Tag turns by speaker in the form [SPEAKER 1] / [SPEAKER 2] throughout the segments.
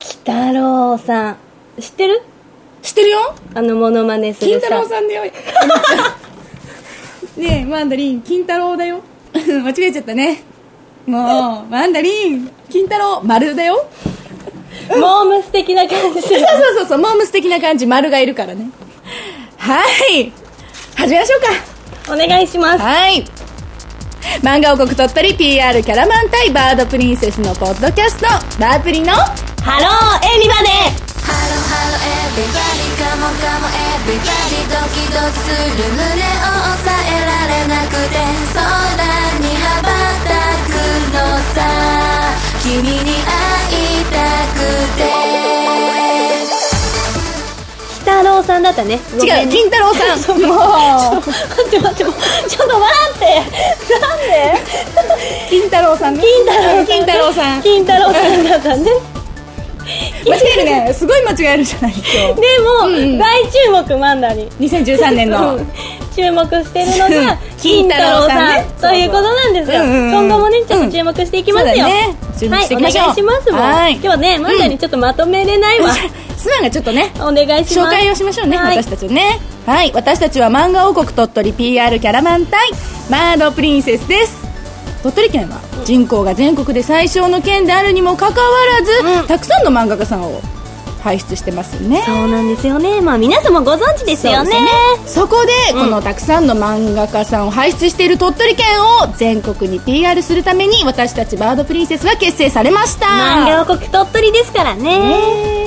[SPEAKER 1] 太郎さん知ってる
[SPEAKER 2] 知ってるよ
[SPEAKER 1] あのモノマネす
[SPEAKER 2] 金
[SPEAKER 1] る
[SPEAKER 2] 太
[SPEAKER 1] さ
[SPEAKER 2] 郎さんだ よねえマンダリン金太郎だよ 間違えちゃったねもうマンダリン金太郎丸だよ
[SPEAKER 1] モームス的な感じ
[SPEAKER 2] そうそうそうそうモームス的な感じ丸がいるからねはい始めましょうか
[SPEAKER 1] お願いします
[SPEAKER 2] はい。漫画王国鳥取 PR キャラマン対バードプリンセスのポッドキャスト、バープリの、
[SPEAKER 1] ハローエミバデ
[SPEAKER 3] Hello, hello, everybody, come on, come on, everybody ドキドキする胸を抑えられなくて空に羽ばたくのさ君に会いたくて
[SPEAKER 1] 北郎さんだったねごめ
[SPEAKER 2] 違
[SPEAKER 1] ん
[SPEAKER 2] う、
[SPEAKER 1] ね
[SPEAKER 2] 金太郎 さん。もう、
[SPEAKER 1] 待って待ってもうちょっと待ってなんで
[SPEAKER 2] 金太郎さんね。
[SPEAKER 1] 金太郎さん
[SPEAKER 2] 金太
[SPEAKER 1] 金太郎
[SPEAKER 2] 郎さん。
[SPEAKER 1] さんだったね
[SPEAKER 2] 間違えるね。すごい間違えるじゃない、今
[SPEAKER 1] でも、大注目マンダリン
[SPEAKER 2] 日。2013年の。
[SPEAKER 1] 注目してるのが金
[SPEAKER 2] 金
[SPEAKER 1] 太
[SPEAKER 2] 太
[SPEAKER 1] 郎さ
[SPEAKER 2] 郎さ
[SPEAKER 1] ん
[SPEAKER 2] んね
[SPEAKER 1] ということなんですよ、
[SPEAKER 2] うんうんうん
[SPEAKER 1] 今後もねちょっと注目していきますよ、
[SPEAKER 2] そうだね注目していきま
[SPEAKER 1] はい、お
[SPEAKER 2] しょう
[SPEAKER 1] 願いしますもん
[SPEAKER 2] はい
[SPEAKER 1] 今日ねマンダリンちょっとまとめれないわ、
[SPEAKER 2] 素直がちょっとね、
[SPEAKER 1] お願いし
[SPEAKER 2] 紹
[SPEAKER 1] ます
[SPEAKER 2] 介をしましょうね、
[SPEAKER 1] はい
[SPEAKER 2] 私たちをね。はい、私たちは漫画王国鳥取 PR キャラマン対バードプリンセスです。鳥取県は人口が全国で最小の県であるにもかかわらず、たくさんの漫画家さんを輩出してますよね。
[SPEAKER 1] そうなんですよねまあ皆様ご存知ですよね
[SPEAKER 2] そうですよねそこで、このたくさんの漫画家さんを輩出している鳥取県を全国に PR するために私たちバードプリンセスが結成されました
[SPEAKER 1] 漫画王国鳥取ですからね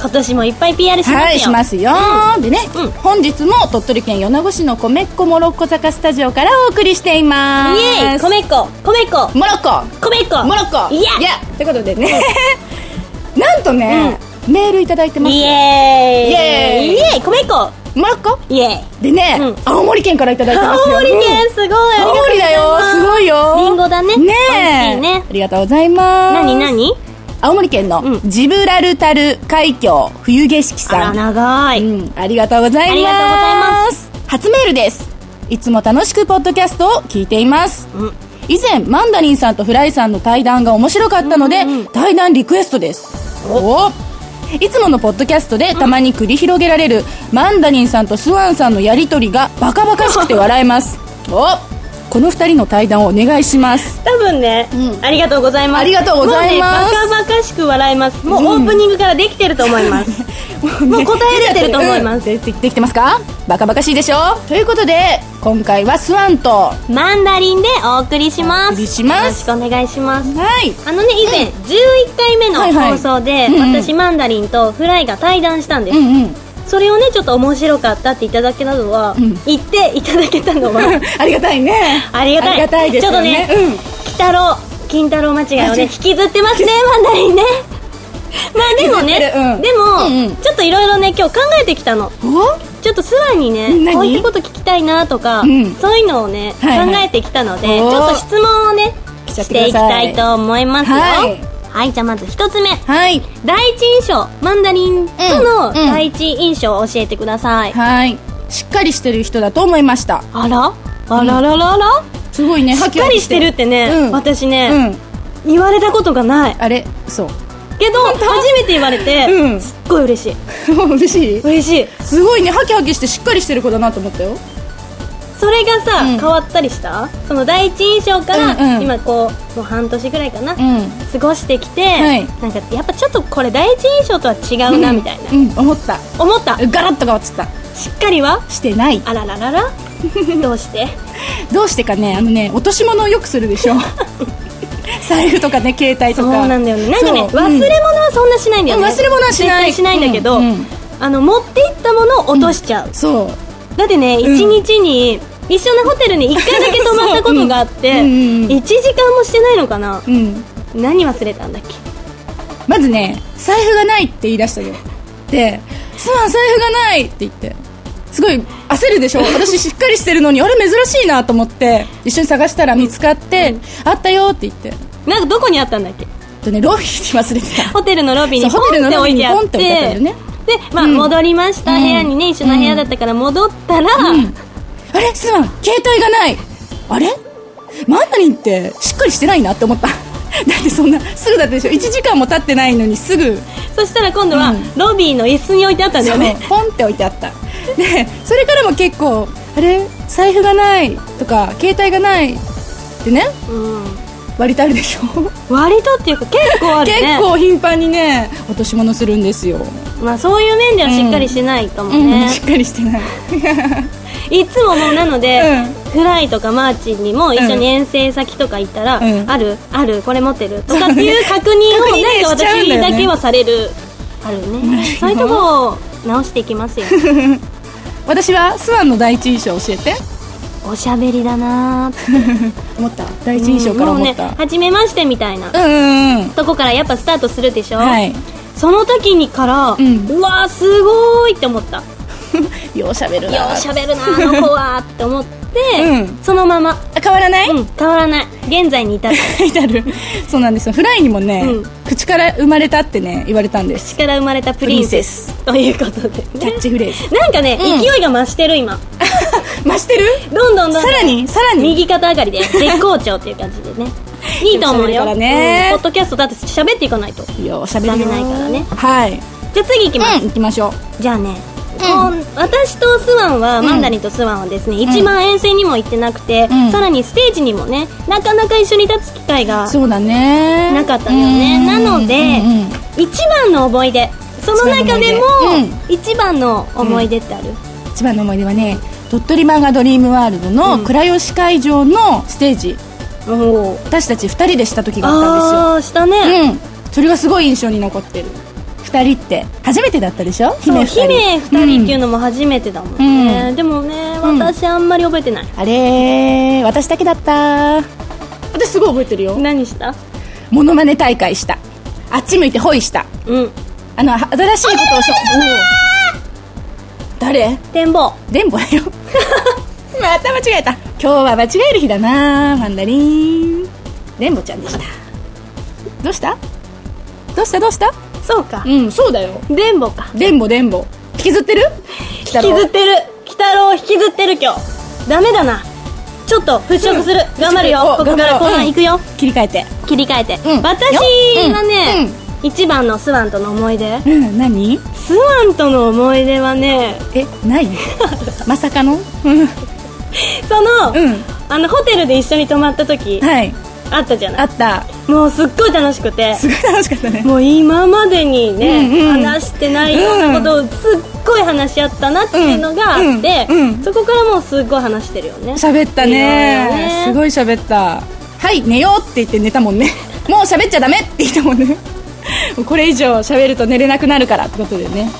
[SPEAKER 1] 今年もいっぱい PR しますよ、
[SPEAKER 2] はいしますよ、でね、
[SPEAKER 1] うん
[SPEAKER 2] 本日も鳥取県米子市の米っ子モロッコ坂スタジオからお送りしていま
[SPEAKER 1] イ
[SPEAKER 2] す
[SPEAKER 1] エーイ米っ子米っ子
[SPEAKER 2] モロッコ
[SPEAKER 1] 米っ子
[SPEAKER 2] モロッコ
[SPEAKER 1] イエ
[SPEAKER 2] いやということでね なんとね、メールいただいて
[SPEAKER 1] ー
[SPEAKER 2] ま
[SPEAKER 1] イ
[SPEAKER 2] す
[SPEAKER 1] イ
[SPEAKER 2] よ
[SPEAKER 1] エーイ
[SPEAKER 2] イエーイ
[SPEAKER 1] イエーイ米っ子
[SPEAKER 2] モロッコ
[SPEAKER 1] イエーイ
[SPEAKER 2] でね、
[SPEAKER 1] うん
[SPEAKER 2] 青森県からいただいてます
[SPEAKER 1] 青
[SPEAKER 2] よ
[SPEAKER 1] 森
[SPEAKER 2] うん
[SPEAKER 1] 県すごい、ありがとう
[SPEAKER 2] 青
[SPEAKER 1] ござ
[SPEAKER 2] 森だよ
[SPEAKER 1] ます
[SPEAKER 2] ごいよ
[SPEAKER 1] リンゴだね
[SPEAKER 2] ね
[SPEAKER 1] 美味
[SPEAKER 2] え
[SPEAKER 1] しいね
[SPEAKER 2] ありがとうございます
[SPEAKER 1] 何何
[SPEAKER 2] 青森県の
[SPEAKER 1] うん
[SPEAKER 2] ジブラルタル海峡冬景色
[SPEAKER 1] あら
[SPEAKER 2] さん
[SPEAKER 1] 長い、
[SPEAKER 2] うん、ありがとうございます
[SPEAKER 1] ありがとうございます
[SPEAKER 2] 初メールですいつも楽しくポッドキャストを聞いています、
[SPEAKER 1] うん
[SPEAKER 2] 以前マンダリンさんとフライさんの対談が面白かったので、対談リクエストですおおいつものポッドキャストでたまに繰り広げられる、マンダリンさんとスワンさんのやりとりがバカバカしくて笑えます おこの二人の対談をお願いします
[SPEAKER 1] 多分ね、
[SPEAKER 2] うん
[SPEAKER 1] ありがとうございます
[SPEAKER 2] ありがとうございま
[SPEAKER 1] も
[SPEAKER 2] す
[SPEAKER 1] うねバカバカしく笑いますもうオ
[SPEAKER 2] うん
[SPEAKER 1] ープニングからできてると思い ます、もう答えれてると思います
[SPEAKER 2] うん でできてますかバカバカしいでしょということで今回はスワンと
[SPEAKER 1] マンダリンでお送りします
[SPEAKER 2] お送りします
[SPEAKER 1] よろしくお願いします
[SPEAKER 2] はい
[SPEAKER 1] あのね以前、11回目の
[SPEAKER 2] はいはい
[SPEAKER 1] 放送で、
[SPEAKER 2] うんうん
[SPEAKER 1] 私マンダリンとフライが対談したんです、
[SPEAKER 2] うんうん
[SPEAKER 1] それをねちょっと面白かったっていただけたのは、
[SPEAKER 2] ん
[SPEAKER 1] 言っていただけたのは
[SPEAKER 2] ありがたいね
[SPEAKER 1] ありがたい
[SPEAKER 2] ありがたいですよね
[SPEAKER 1] ちょっと
[SPEAKER 2] うん
[SPEAKER 1] 北郎金太郎間違いをね引きずってますねマンダリン ねまあでも
[SPEAKER 2] 引きずってるう
[SPEAKER 1] ね
[SPEAKER 2] ん
[SPEAKER 1] でも、
[SPEAKER 2] うんうん
[SPEAKER 1] ちょっといろいろね今日考えてきたの
[SPEAKER 2] お
[SPEAKER 1] ちょっとスワンにね
[SPEAKER 2] 何
[SPEAKER 1] こういったこと聞きたいなとか、
[SPEAKER 2] うん
[SPEAKER 1] そういうのをね、
[SPEAKER 2] はいはい
[SPEAKER 1] 考えてきたのでち
[SPEAKER 2] おー
[SPEAKER 1] ょっと質問をね
[SPEAKER 2] 来ちゃ
[SPEAKER 1] し
[SPEAKER 2] って
[SPEAKER 1] て
[SPEAKER 2] くださ
[SPEAKER 1] い
[SPEAKER 2] い
[SPEAKER 1] きたいと思いますよは
[SPEAKER 2] はいい、
[SPEAKER 1] じゃあまず一つ目
[SPEAKER 2] はい
[SPEAKER 1] 第一印象マンダリンとの
[SPEAKER 2] うんうん
[SPEAKER 1] 第一印象を教えてください、
[SPEAKER 2] はいしっかりしてる人だと思いました
[SPEAKER 1] あらあらららら、
[SPEAKER 2] すごいね
[SPEAKER 1] しっかりしてるってね、
[SPEAKER 2] うん
[SPEAKER 1] 私
[SPEAKER 2] う
[SPEAKER 1] ね、
[SPEAKER 2] ん
[SPEAKER 1] 言われたことがない
[SPEAKER 2] あれそう
[SPEAKER 1] けど初めて言われて、
[SPEAKER 2] うん
[SPEAKER 1] すっごい嬉しい
[SPEAKER 2] 嬉しい
[SPEAKER 1] 嬉しい
[SPEAKER 2] すごいねハキハキしてしっかりしてる子だなと思ったよ
[SPEAKER 1] それがさ、
[SPEAKER 2] うん
[SPEAKER 1] 変わったりしたその第一印象から、
[SPEAKER 2] うんうん
[SPEAKER 1] 今こうもう半年ぐらいかな、
[SPEAKER 2] うん
[SPEAKER 1] 過ごしてきて、
[SPEAKER 2] はい
[SPEAKER 1] なんかやっぱちょっとこれ第一印象とは違うなみたいな、
[SPEAKER 2] うん思った
[SPEAKER 1] 思った
[SPEAKER 2] ガラッと変わっちゃった
[SPEAKER 1] しっかりは
[SPEAKER 2] してない
[SPEAKER 1] あららららどう して
[SPEAKER 2] どうしてかねあのね落とし物をよくするで しょ財布とかね携帯と
[SPEAKER 1] そう
[SPEAKER 2] か
[SPEAKER 1] なんだよねなんかね
[SPEAKER 2] そう
[SPEAKER 1] 忘れ物はそんなしないんだよね、
[SPEAKER 2] うん忘れ物はし
[SPEAKER 1] 絶
[SPEAKER 2] ない
[SPEAKER 1] 対しないんだけど、
[SPEAKER 2] うんうん
[SPEAKER 1] あの持っていったものを落としちゃう、
[SPEAKER 2] そう
[SPEAKER 1] だってね、一
[SPEAKER 2] ん
[SPEAKER 1] 日に一緒のホテルに1回だけ泊まったことがあって、
[SPEAKER 2] そううんうんうん
[SPEAKER 1] 1時間もしてないのかな、
[SPEAKER 2] うん
[SPEAKER 1] 何忘れたんだっけ
[SPEAKER 2] まずね財布がないって言い出したよで「すまん財布がない」って言ってすごい焦るでしょ私しっかりしてるのにあれ珍しいなと思って一緒に探したら見つかって「あったよ」って言って
[SPEAKER 1] なんかどこにあったんだっけ
[SPEAKER 2] とねロビーに忘れてた
[SPEAKER 1] ホテルのロビーにポ
[SPEAKER 2] そうホテ
[SPEAKER 1] ン
[SPEAKER 2] ル
[SPEAKER 1] って
[SPEAKER 2] のロ
[SPEAKER 1] 置
[SPEAKER 2] ビ
[SPEAKER 1] いて
[SPEAKER 2] ーに
[SPEAKER 1] あ
[SPEAKER 2] ポン
[SPEAKER 1] っ
[SPEAKER 2] って
[SPEAKER 1] て
[SPEAKER 2] 置いてあったよね
[SPEAKER 1] で、まあ
[SPEAKER 2] うん
[SPEAKER 1] 戻りました、
[SPEAKER 2] うん
[SPEAKER 1] 部屋にね一緒の部屋だったから戻ったら、
[SPEAKER 2] うんあれすまん携帯がないあれマンダリンってしっかりしてないなって思っただってそんなすぐだったでしょ1時間も経ってないのにすぐ
[SPEAKER 1] そしたら今度は
[SPEAKER 2] うん
[SPEAKER 1] ロビーの椅子に置いてあったんだよね、
[SPEAKER 2] そうポンって置いてあったでそれからも結構あれ財布がないとか携帯がないってね
[SPEAKER 1] うん、
[SPEAKER 2] 割とあるでしょ、
[SPEAKER 1] 割とっていうか結構ある
[SPEAKER 2] 結
[SPEAKER 1] ね
[SPEAKER 2] 構頻繁にね落とし物するんですよ、
[SPEAKER 1] まあ、そういう面ではしっかりしないかも
[SPEAKER 2] う
[SPEAKER 1] ね
[SPEAKER 2] ん、しっ、かりしてない
[SPEAKER 1] いつももうなので、
[SPEAKER 2] うん
[SPEAKER 1] フライとかマーチンにも一緒に遠征先とか行ったら、
[SPEAKER 2] うん
[SPEAKER 1] あるあるこれ持ってるとかっていう確認
[SPEAKER 2] そう
[SPEAKER 1] を
[SPEAKER 2] ね
[SPEAKER 1] なんか
[SPEAKER 2] 確認ねしちゃうん
[SPEAKER 1] 私
[SPEAKER 2] だよね
[SPEAKER 1] だけはされるあるねそういうとこを直していき ますよ
[SPEAKER 2] 私はスワンの第一印象教えて
[SPEAKER 1] おしゃべりだなーって
[SPEAKER 2] 思った第一印象から思っ
[SPEAKER 1] も
[SPEAKER 2] た
[SPEAKER 1] うね初めましてみたいな、
[SPEAKER 2] うんうんうん
[SPEAKER 1] とこからやっぱスタートするでしょ、
[SPEAKER 2] はい
[SPEAKER 1] その時にから、うんわーすごーいって思ったよ
[SPEAKER 2] ようしゃべるな
[SPEAKER 1] うしゃべるなーあの子はーって思って、
[SPEAKER 2] うん
[SPEAKER 1] そのまま
[SPEAKER 2] あ変わらない、
[SPEAKER 1] うん変わらない現在に至る
[SPEAKER 2] 書いてあるそうなんですよフライにもね、
[SPEAKER 1] うん
[SPEAKER 2] 口から生まれたってね言われたんです
[SPEAKER 1] 口から生まれたプリンセスということで
[SPEAKER 2] キャ
[SPEAKER 1] ね
[SPEAKER 2] ッチフレーズ
[SPEAKER 1] なんかね、
[SPEAKER 2] うん
[SPEAKER 1] 勢いが増してる今
[SPEAKER 2] 増してる
[SPEAKER 1] どんどんどんどん
[SPEAKER 2] さらにさらに
[SPEAKER 1] 右肩上がりで絶好調っていう感じで ねいいと思う
[SPEAKER 2] でも
[SPEAKER 1] よ、
[SPEAKER 2] 喋るからね
[SPEAKER 1] うんポッドキャストだって喋っていかないと
[SPEAKER 2] ようしゃべ
[SPEAKER 1] ダ
[SPEAKER 2] る
[SPEAKER 1] メ
[SPEAKER 2] よ
[SPEAKER 1] ないからね
[SPEAKER 2] はい
[SPEAKER 1] じゃあ次行きます、
[SPEAKER 2] うん行きましょ
[SPEAKER 1] じゃあね、こう私とスワンは、マンダリンとスワンはですね一番遠征にも行ってなくて、
[SPEAKER 2] うん
[SPEAKER 1] さらにステージにもねなかなか一緒に立つ機会が
[SPEAKER 2] うそうだね
[SPEAKER 1] なかったのよねなので、
[SPEAKER 2] うんうん
[SPEAKER 1] 一番の思い出その中でも一番の思い出ってある、
[SPEAKER 2] 一番の思い出はね鳥取漫画ドリームワールドの倉吉会場のステージ、
[SPEAKER 1] おー
[SPEAKER 2] 私たち2人でした時があったん
[SPEAKER 1] ああした
[SPEAKER 2] です
[SPEAKER 1] ね、
[SPEAKER 2] ようんそれがすごい印象に残ってる2人って初めてだったでしょ
[SPEAKER 1] そう
[SPEAKER 2] 姫2人
[SPEAKER 1] 姫二人っていう
[SPEAKER 2] う、
[SPEAKER 1] のも初めてだもんね、
[SPEAKER 2] うん
[SPEAKER 1] でもね
[SPEAKER 2] うん
[SPEAKER 1] 私あんまり覚えてない、
[SPEAKER 2] ん、あれー私だけだった私すごい覚えてるよ
[SPEAKER 1] 何した
[SPEAKER 2] モノマネ大会したあっち向いてホイした
[SPEAKER 1] うん
[SPEAKER 2] あの新しいことをしょ誰
[SPEAKER 1] 展望
[SPEAKER 2] 電ボだよ また間違えた今日は間違える日だなマンダリン電ボちゃんでしたどうしたどうしたどうした
[SPEAKER 1] そうか
[SPEAKER 2] うんそうだよ
[SPEAKER 1] 電報か
[SPEAKER 2] 電ボ電ボ引きずってる引
[SPEAKER 1] 引きずってる鬼太郎引きずってる今日ダメだなちょっと払拭する、頑張るよここから後半行くよ、
[SPEAKER 2] 切り替えて
[SPEAKER 1] 切り替えて、
[SPEAKER 2] うん
[SPEAKER 1] 私はね、
[SPEAKER 2] よ
[SPEAKER 1] 一番のスワンとの思い出
[SPEAKER 2] うん何
[SPEAKER 1] スワンとの思い出はね
[SPEAKER 2] え ないまさかのうん
[SPEAKER 1] その,、
[SPEAKER 2] うん
[SPEAKER 1] あのホテルで一緒に泊まった時
[SPEAKER 2] はい
[SPEAKER 1] あったじゃ
[SPEAKER 2] あ
[SPEAKER 1] ない
[SPEAKER 2] った
[SPEAKER 1] もうすっごい楽しくて
[SPEAKER 2] すごい楽しかったね
[SPEAKER 1] もう今までにね、
[SPEAKER 2] うんうん
[SPEAKER 1] 話してないようなことをすっごい話し合ったなっていうのがあって、
[SPEAKER 2] うんうんうん
[SPEAKER 1] そこからもうすっごい話してるよね
[SPEAKER 2] 喋ったねす
[SPEAKER 1] い
[SPEAKER 2] ごい喋ったはい寝ようって言って寝たもんね もう喋っちゃダメって言ったもんね もうこれ以上喋ると寝れなくなるからってことでね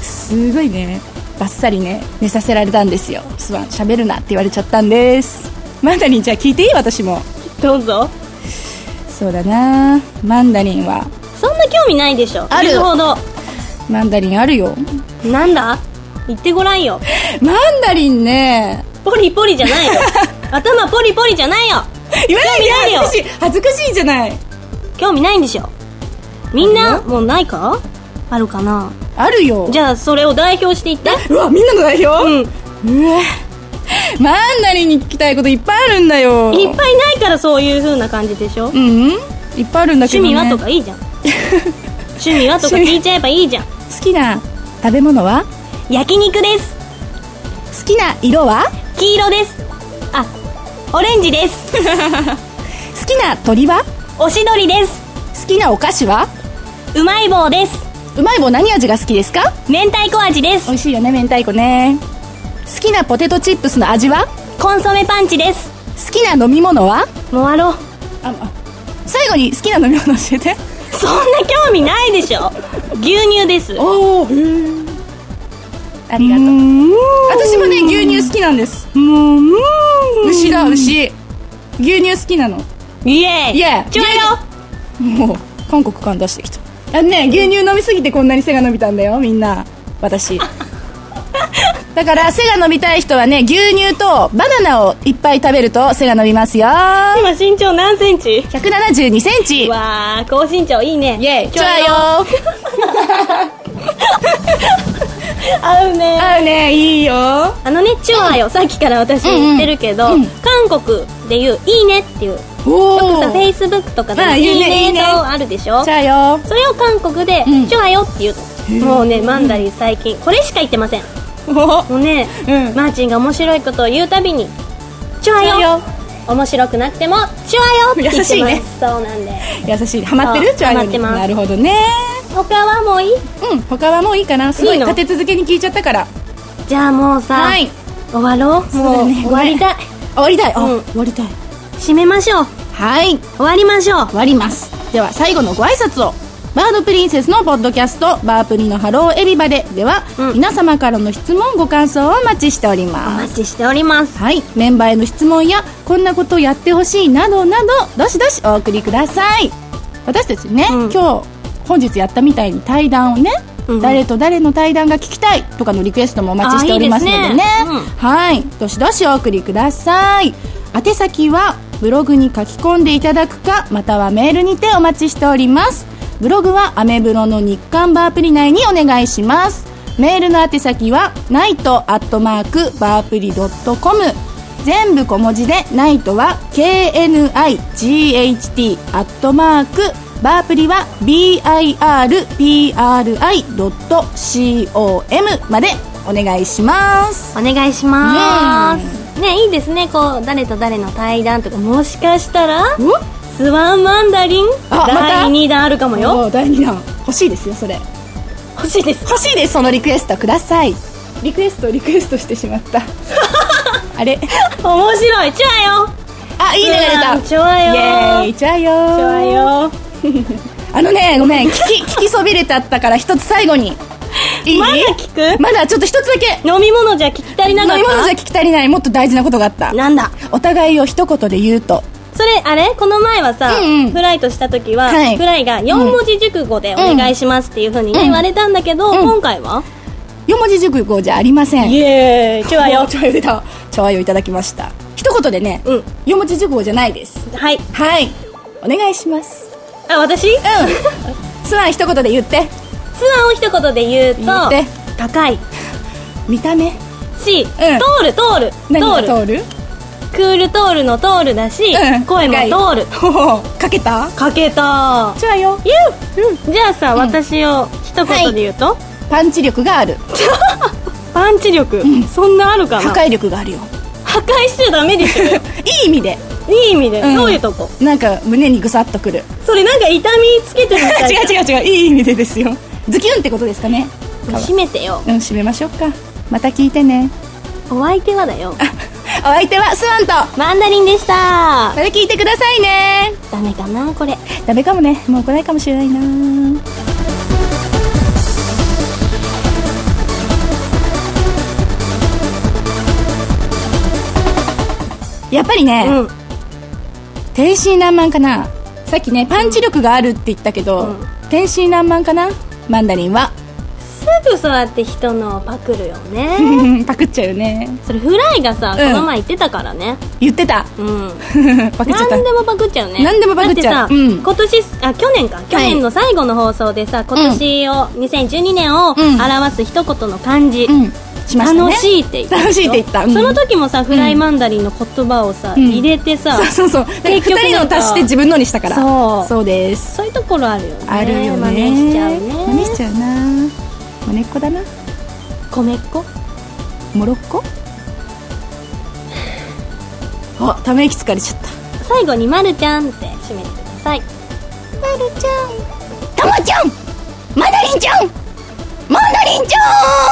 [SPEAKER 2] すごいねバッサリね寝させられたんですよスワン喋るなって言われちゃったんですマンダリンじゃあ聞いていい私も
[SPEAKER 1] どうぞ
[SPEAKER 2] そうだなマンダリンは
[SPEAKER 1] そんな興味ないでしょ
[SPEAKER 2] ある
[SPEAKER 1] 言うほど
[SPEAKER 2] マンダリンあるよ
[SPEAKER 1] なんだ言ってごらんよ
[SPEAKER 2] マンダリンね
[SPEAKER 1] ポリポリじゃ ないよ頭ポリポリじゃないよ
[SPEAKER 2] 言わないで
[SPEAKER 1] 興味ないよ
[SPEAKER 2] 恥ずかしい恥ずかしいじゃない
[SPEAKER 1] 興味ないんでしょみんなもうないかあるかな
[SPEAKER 2] あるよ
[SPEAKER 1] じゃあそれを代表していって
[SPEAKER 2] うわみんなの代表、
[SPEAKER 1] うん
[SPEAKER 2] うわマンダリンに聞きたいこといっぱいあるんだよ
[SPEAKER 1] いっぱいないからそういう風な感じでしょ
[SPEAKER 2] うんいっぱいあるんだけ
[SPEAKER 1] 趣
[SPEAKER 2] ど、ね、
[SPEAKER 1] 味はとかいい じゃん趣味はとか聞いちゃえばいいじゃん
[SPEAKER 2] 好きな食べ物は
[SPEAKER 1] 焼肉です
[SPEAKER 2] 好きな色は
[SPEAKER 1] 黄色ですあオレンジです
[SPEAKER 2] 好きな鳥は
[SPEAKER 1] おしどりです
[SPEAKER 2] 好きなお菓子は
[SPEAKER 1] うまい棒です
[SPEAKER 2] うまい棒何味が好きですか
[SPEAKER 1] 明太子味です
[SPEAKER 2] 美味しいよね明太子ね好きなポテトチップスの味は
[SPEAKER 1] コンソメパンチです
[SPEAKER 2] 好きな飲み物は
[SPEAKER 1] もう終わろう
[SPEAKER 2] ああ最後に好きな飲み物教えて
[SPEAKER 1] そんな興味ないでしょ牛乳です
[SPEAKER 2] おおありがとう私もね牛乳好きなんです
[SPEAKER 1] もうもう
[SPEAKER 2] 牛だ牛牛乳好きなの
[SPEAKER 1] イエーイ
[SPEAKER 2] イエーイ
[SPEAKER 1] ちょうよ
[SPEAKER 2] もう韓国感出してきたあのね牛乳飲みすぎてこんなに背が伸びたんだよみんな 私だから背が伸びたい人はね牛乳とバナナをいっぱい食べると背が伸びますよ
[SPEAKER 1] 今身長何センチ
[SPEAKER 2] 1 7 2センチ
[SPEAKER 1] わー高身長いいね
[SPEAKER 2] イエーイ
[SPEAKER 1] ちょ
[SPEAKER 2] ち
[SPEAKER 1] う
[SPEAKER 2] ょ
[SPEAKER 1] よ
[SPEAKER 2] よ
[SPEAKER 1] 合うね
[SPEAKER 2] あねいいよ
[SPEAKER 1] あのねチュアよ、さっきから私言ってるけど、
[SPEAKER 2] うんうん
[SPEAKER 1] 韓国で言う「いいね」っていうよ
[SPEAKER 2] お
[SPEAKER 1] くさフェ
[SPEAKER 2] ー
[SPEAKER 1] イスブックとかで
[SPEAKER 2] あ
[SPEAKER 1] も「
[SPEAKER 2] あ
[SPEAKER 1] い
[SPEAKER 2] 言う
[SPEAKER 1] い
[SPEAKER 2] ねい
[SPEAKER 1] ね」
[SPEAKER 2] いね
[SPEAKER 1] とあるでしょ
[SPEAKER 2] じゃあよ
[SPEAKER 1] それを韓国で
[SPEAKER 2] う
[SPEAKER 1] 「
[SPEAKER 2] ん
[SPEAKER 1] チュアよ」って言うのもうねマンダリン最近これしか言ってません
[SPEAKER 2] お
[SPEAKER 1] もうね、
[SPEAKER 2] うん
[SPEAKER 1] マーチンが面白いことを言うたびに「チュア
[SPEAKER 2] チュア
[SPEAKER 1] よ
[SPEAKER 2] よ」
[SPEAKER 1] 面白くなくても「チュアよ」って言ってます
[SPEAKER 2] 優しいね
[SPEAKER 1] そうなんで
[SPEAKER 2] 優しいハマってる
[SPEAKER 1] そう
[SPEAKER 2] チュアヨ
[SPEAKER 1] ハ
[SPEAKER 2] に
[SPEAKER 1] マってます
[SPEAKER 2] なるほどね
[SPEAKER 1] 他はもういい
[SPEAKER 2] うん他はもういいかなすご
[SPEAKER 1] い
[SPEAKER 2] い
[SPEAKER 1] いの
[SPEAKER 2] 立て続けに聞いちゃったから
[SPEAKER 1] じゃあもうさ、
[SPEAKER 2] はい
[SPEAKER 1] 終わろう
[SPEAKER 2] そう
[SPEAKER 1] も
[SPEAKER 2] だ
[SPEAKER 1] う
[SPEAKER 2] ね
[SPEAKER 1] 終わりたい
[SPEAKER 2] 終わりたいあ
[SPEAKER 1] うん
[SPEAKER 2] 終わりたい
[SPEAKER 1] 締めましょう
[SPEAKER 2] はい
[SPEAKER 1] 終わりましょう
[SPEAKER 2] 終わりますでは最後のご挨拶をバードプリンセスのポッドキャスト「バープリのハローエビバデ」では、
[SPEAKER 1] うん
[SPEAKER 2] 皆様からの質問ご感想をお待ちしており
[SPEAKER 1] お
[SPEAKER 2] ます
[SPEAKER 1] 待ちしております
[SPEAKER 2] はいメンバーへの質問やこんなことやってほしいなどなどどしどしお送りください私たちね、
[SPEAKER 1] うん
[SPEAKER 2] 今日本日やったみたいに対談をね、
[SPEAKER 1] うん
[SPEAKER 2] 誰と誰の対談が聞きたいとかのリクエストもお待ちしておりますのでね
[SPEAKER 1] あいいですねうん
[SPEAKER 2] はいどしどしお送りください宛先はブログに書き込んでいただくかまたはメールにてお待ちしておりますブログはアメブロの日刊バープリ内にお願いしますメールの宛先はナイトアットマークバープリドットコム全部小文字でナイトは KNIGHT アットマークバープリは BIRPRI.com までお願いします
[SPEAKER 1] お願いしますねいいですねこう誰と誰の対談とかもしかしたら
[SPEAKER 2] お
[SPEAKER 1] スワンマンダリン
[SPEAKER 2] あまた
[SPEAKER 1] 第2弾あるかもよ
[SPEAKER 2] おー第2弾欲しいですよそれ
[SPEAKER 1] 欲しいです
[SPEAKER 2] 欲しいですそのリクエストくださいリクエストリクエストしてしまった あれ
[SPEAKER 1] 面白いチュアよ
[SPEAKER 2] あいいねが出
[SPEAKER 1] う
[SPEAKER 2] た
[SPEAKER 1] んチュアよ
[SPEAKER 2] イエーイチュアよ
[SPEAKER 1] チュアよ
[SPEAKER 2] あのねごめん聞 き聞きそびれちゃったから一つ最後にいい
[SPEAKER 1] まだ聞く
[SPEAKER 2] まだちょっと一つだけ
[SPEAKER 1] 飲み物じゃ聞き足りな
[SPEAKER 2] 飲
[SPEAKER 1] かっ
[SPEAKER 2] み物じゃ
[SPEAKER 1] た
[SPEAKER 2] 聞き足りないもっと大事なことがあった
[SPEAKER 1] なんだ
[SPEAKER 2] お互いを一言で言うと
[SPEAKER 1] それあれこの前はさ、
[SPEAKER 2] うんうん
[SPEAKER 1] フライとした時は、
[SPEAKER 2] はい
[SPEAKER 1] フライが4文字熟語でお願いしますっていうふうにね、
[SPEAKER 2] うん
[SPEAKER 1] 言われたんだけど、
[SPEAKER 2] ん
[SPEAKER 1] 今回は、
[SPEAKER 2] 四文字熟語じゃありません
[SPEAKER 1] イエーイチュアよ
[SPEAKER 2] ちょい出たちょいをいただきました一言でね、
[SPEAKER 1] うん
[SPEAKER 2] 四文字熟語じゃないです
[SPEAKER 1] はい
[SPEAKER 2] はいお願いします
[SPEAKER 1] あ私
[SPEAKER 2] うんスワン一言で言って
[SPEAKER 1] ツアーを一言で言うと
[SPEAKER 2] 言って
[SPEAKER 1] 高い
[SPEAKER 2] 見た目
[SPEAKER 1] し、通る通る
[SPEAKER 2] 何
[SPEAKER 1] 通る
[SPEAKER 2] が 通る
[SPEAKER 1] クール通るの通るだし、
[SPEAKER 2] うん
[SPEAKER 1] 声も通る
[SPEAKER 2] ほほかけた
[SPEAKER 1] かけた
[SPEAKER 2] ちょいよ
[SPEAKER 1] ゆうじゃあさ、私を一言で言うと、
[SPEAKER 2] パンチ力がある
[SPEAKER 1] パンチ力、そんなあるかな
[SPEAKER 2] 破壊力がある よ
[SPEAKER 1] 破壊しちゃダメでし
[SPEAKER 2] いい意味で
[SPEAKER 1] ょいい意味で、
[SPEAKER 2] うん
[SPEAKER 1] どういうとこ
[SPEAKER 2] なんか胸にぐさっとくる
[SPEAKER 1] それなんか痛みつけてるみたいな
[SPEAKER 2] 違う違う違ういい意味でですよズキュンってことですかね
[SPEAKER 1] 閉めてよ
[SPEAKER 2] うん締めましょうかまた聞いてね
[SPEAKER 1] お相手はだよ
[SPEAKER 2] お相手はスワンと
[SPEAKER 1] マンダリンでした
[SPEAKER 2] また聞いてくださいね
[SPEAKER 1] ダメかなこれ
[SPEAKER 2] ダメかもねもう来ないかもしれないなやっぱりね、
[SPEAKER 1] うん
[SPEAKER 2] 天真爛漫かなさっきねパンチ力があるって言ったけど、
[SPEAKER 1] うん
[SPEAKER 2] 天真爛漫かなマンダリンは
[SPEAKER 1] すぐそうやって人のパクるよね
[SPEAKER 2] パクっちゃうよね
[SPEAKER 1] それフライがさ、
[SPEAKER 2] うん
[SPEAKER 1] この前言ってたからね
[SPEAKER 2] 言ってた
[SPEAKER 1] うん
[SPEAKER 2] パクっちゃった
[SPEAKER 1] 何でもパクっちゃうね
[SPEAKER 2] 何でもパクっちゃう
[SPEAKER 1] だってさ、
[SPEAKER 2] うん
[SPEAKER 1] 今年あ去年か去年の最後の放送でさ今年を、2012年を
[SPEAKER 2] うん
[SPEAKER 1] 表す一言の漢字、
[SPEAKER 2] うんしましたね
[SPEAKER 1] 楽しいって言ったでょ
[SPEAKER 2] 楽しいって言ったうん
[SPEAKER 1] その時もさフライマンダリンの言葉をさ、
[SPEAKER 2] うん
[SPEAKER 1] 入れてさ
[SPEAKER 2] そうそうそう2
[SPEAKER 1] 結局
[SPEAKER 2] 人
[SPEAKER 1] なん
[SPEAKER 2] の
[SPEAKER 1] か
[SPEAKER 2] 足して自分のにしたから
[SPEAKER 1] そう
[SPEAKER 2] そうです
[SPEAKER 1] そういうところあるよね
[SPEAKER 2] あるよね
[SPEAKER 1] 真似しちゃうね
[SPEAKER 2] 真似しちゃうな真似っこだな
[SPEAKER 1] 米っこ
[SPEAKER 2] モロッコあため息疲れちゃった
[SPEAKER 1] 最後に「まるちゃん」って締めてください
[SPEAKER 2] まるちゃんたまちゃんマダリンちゃんマンダリンちゃん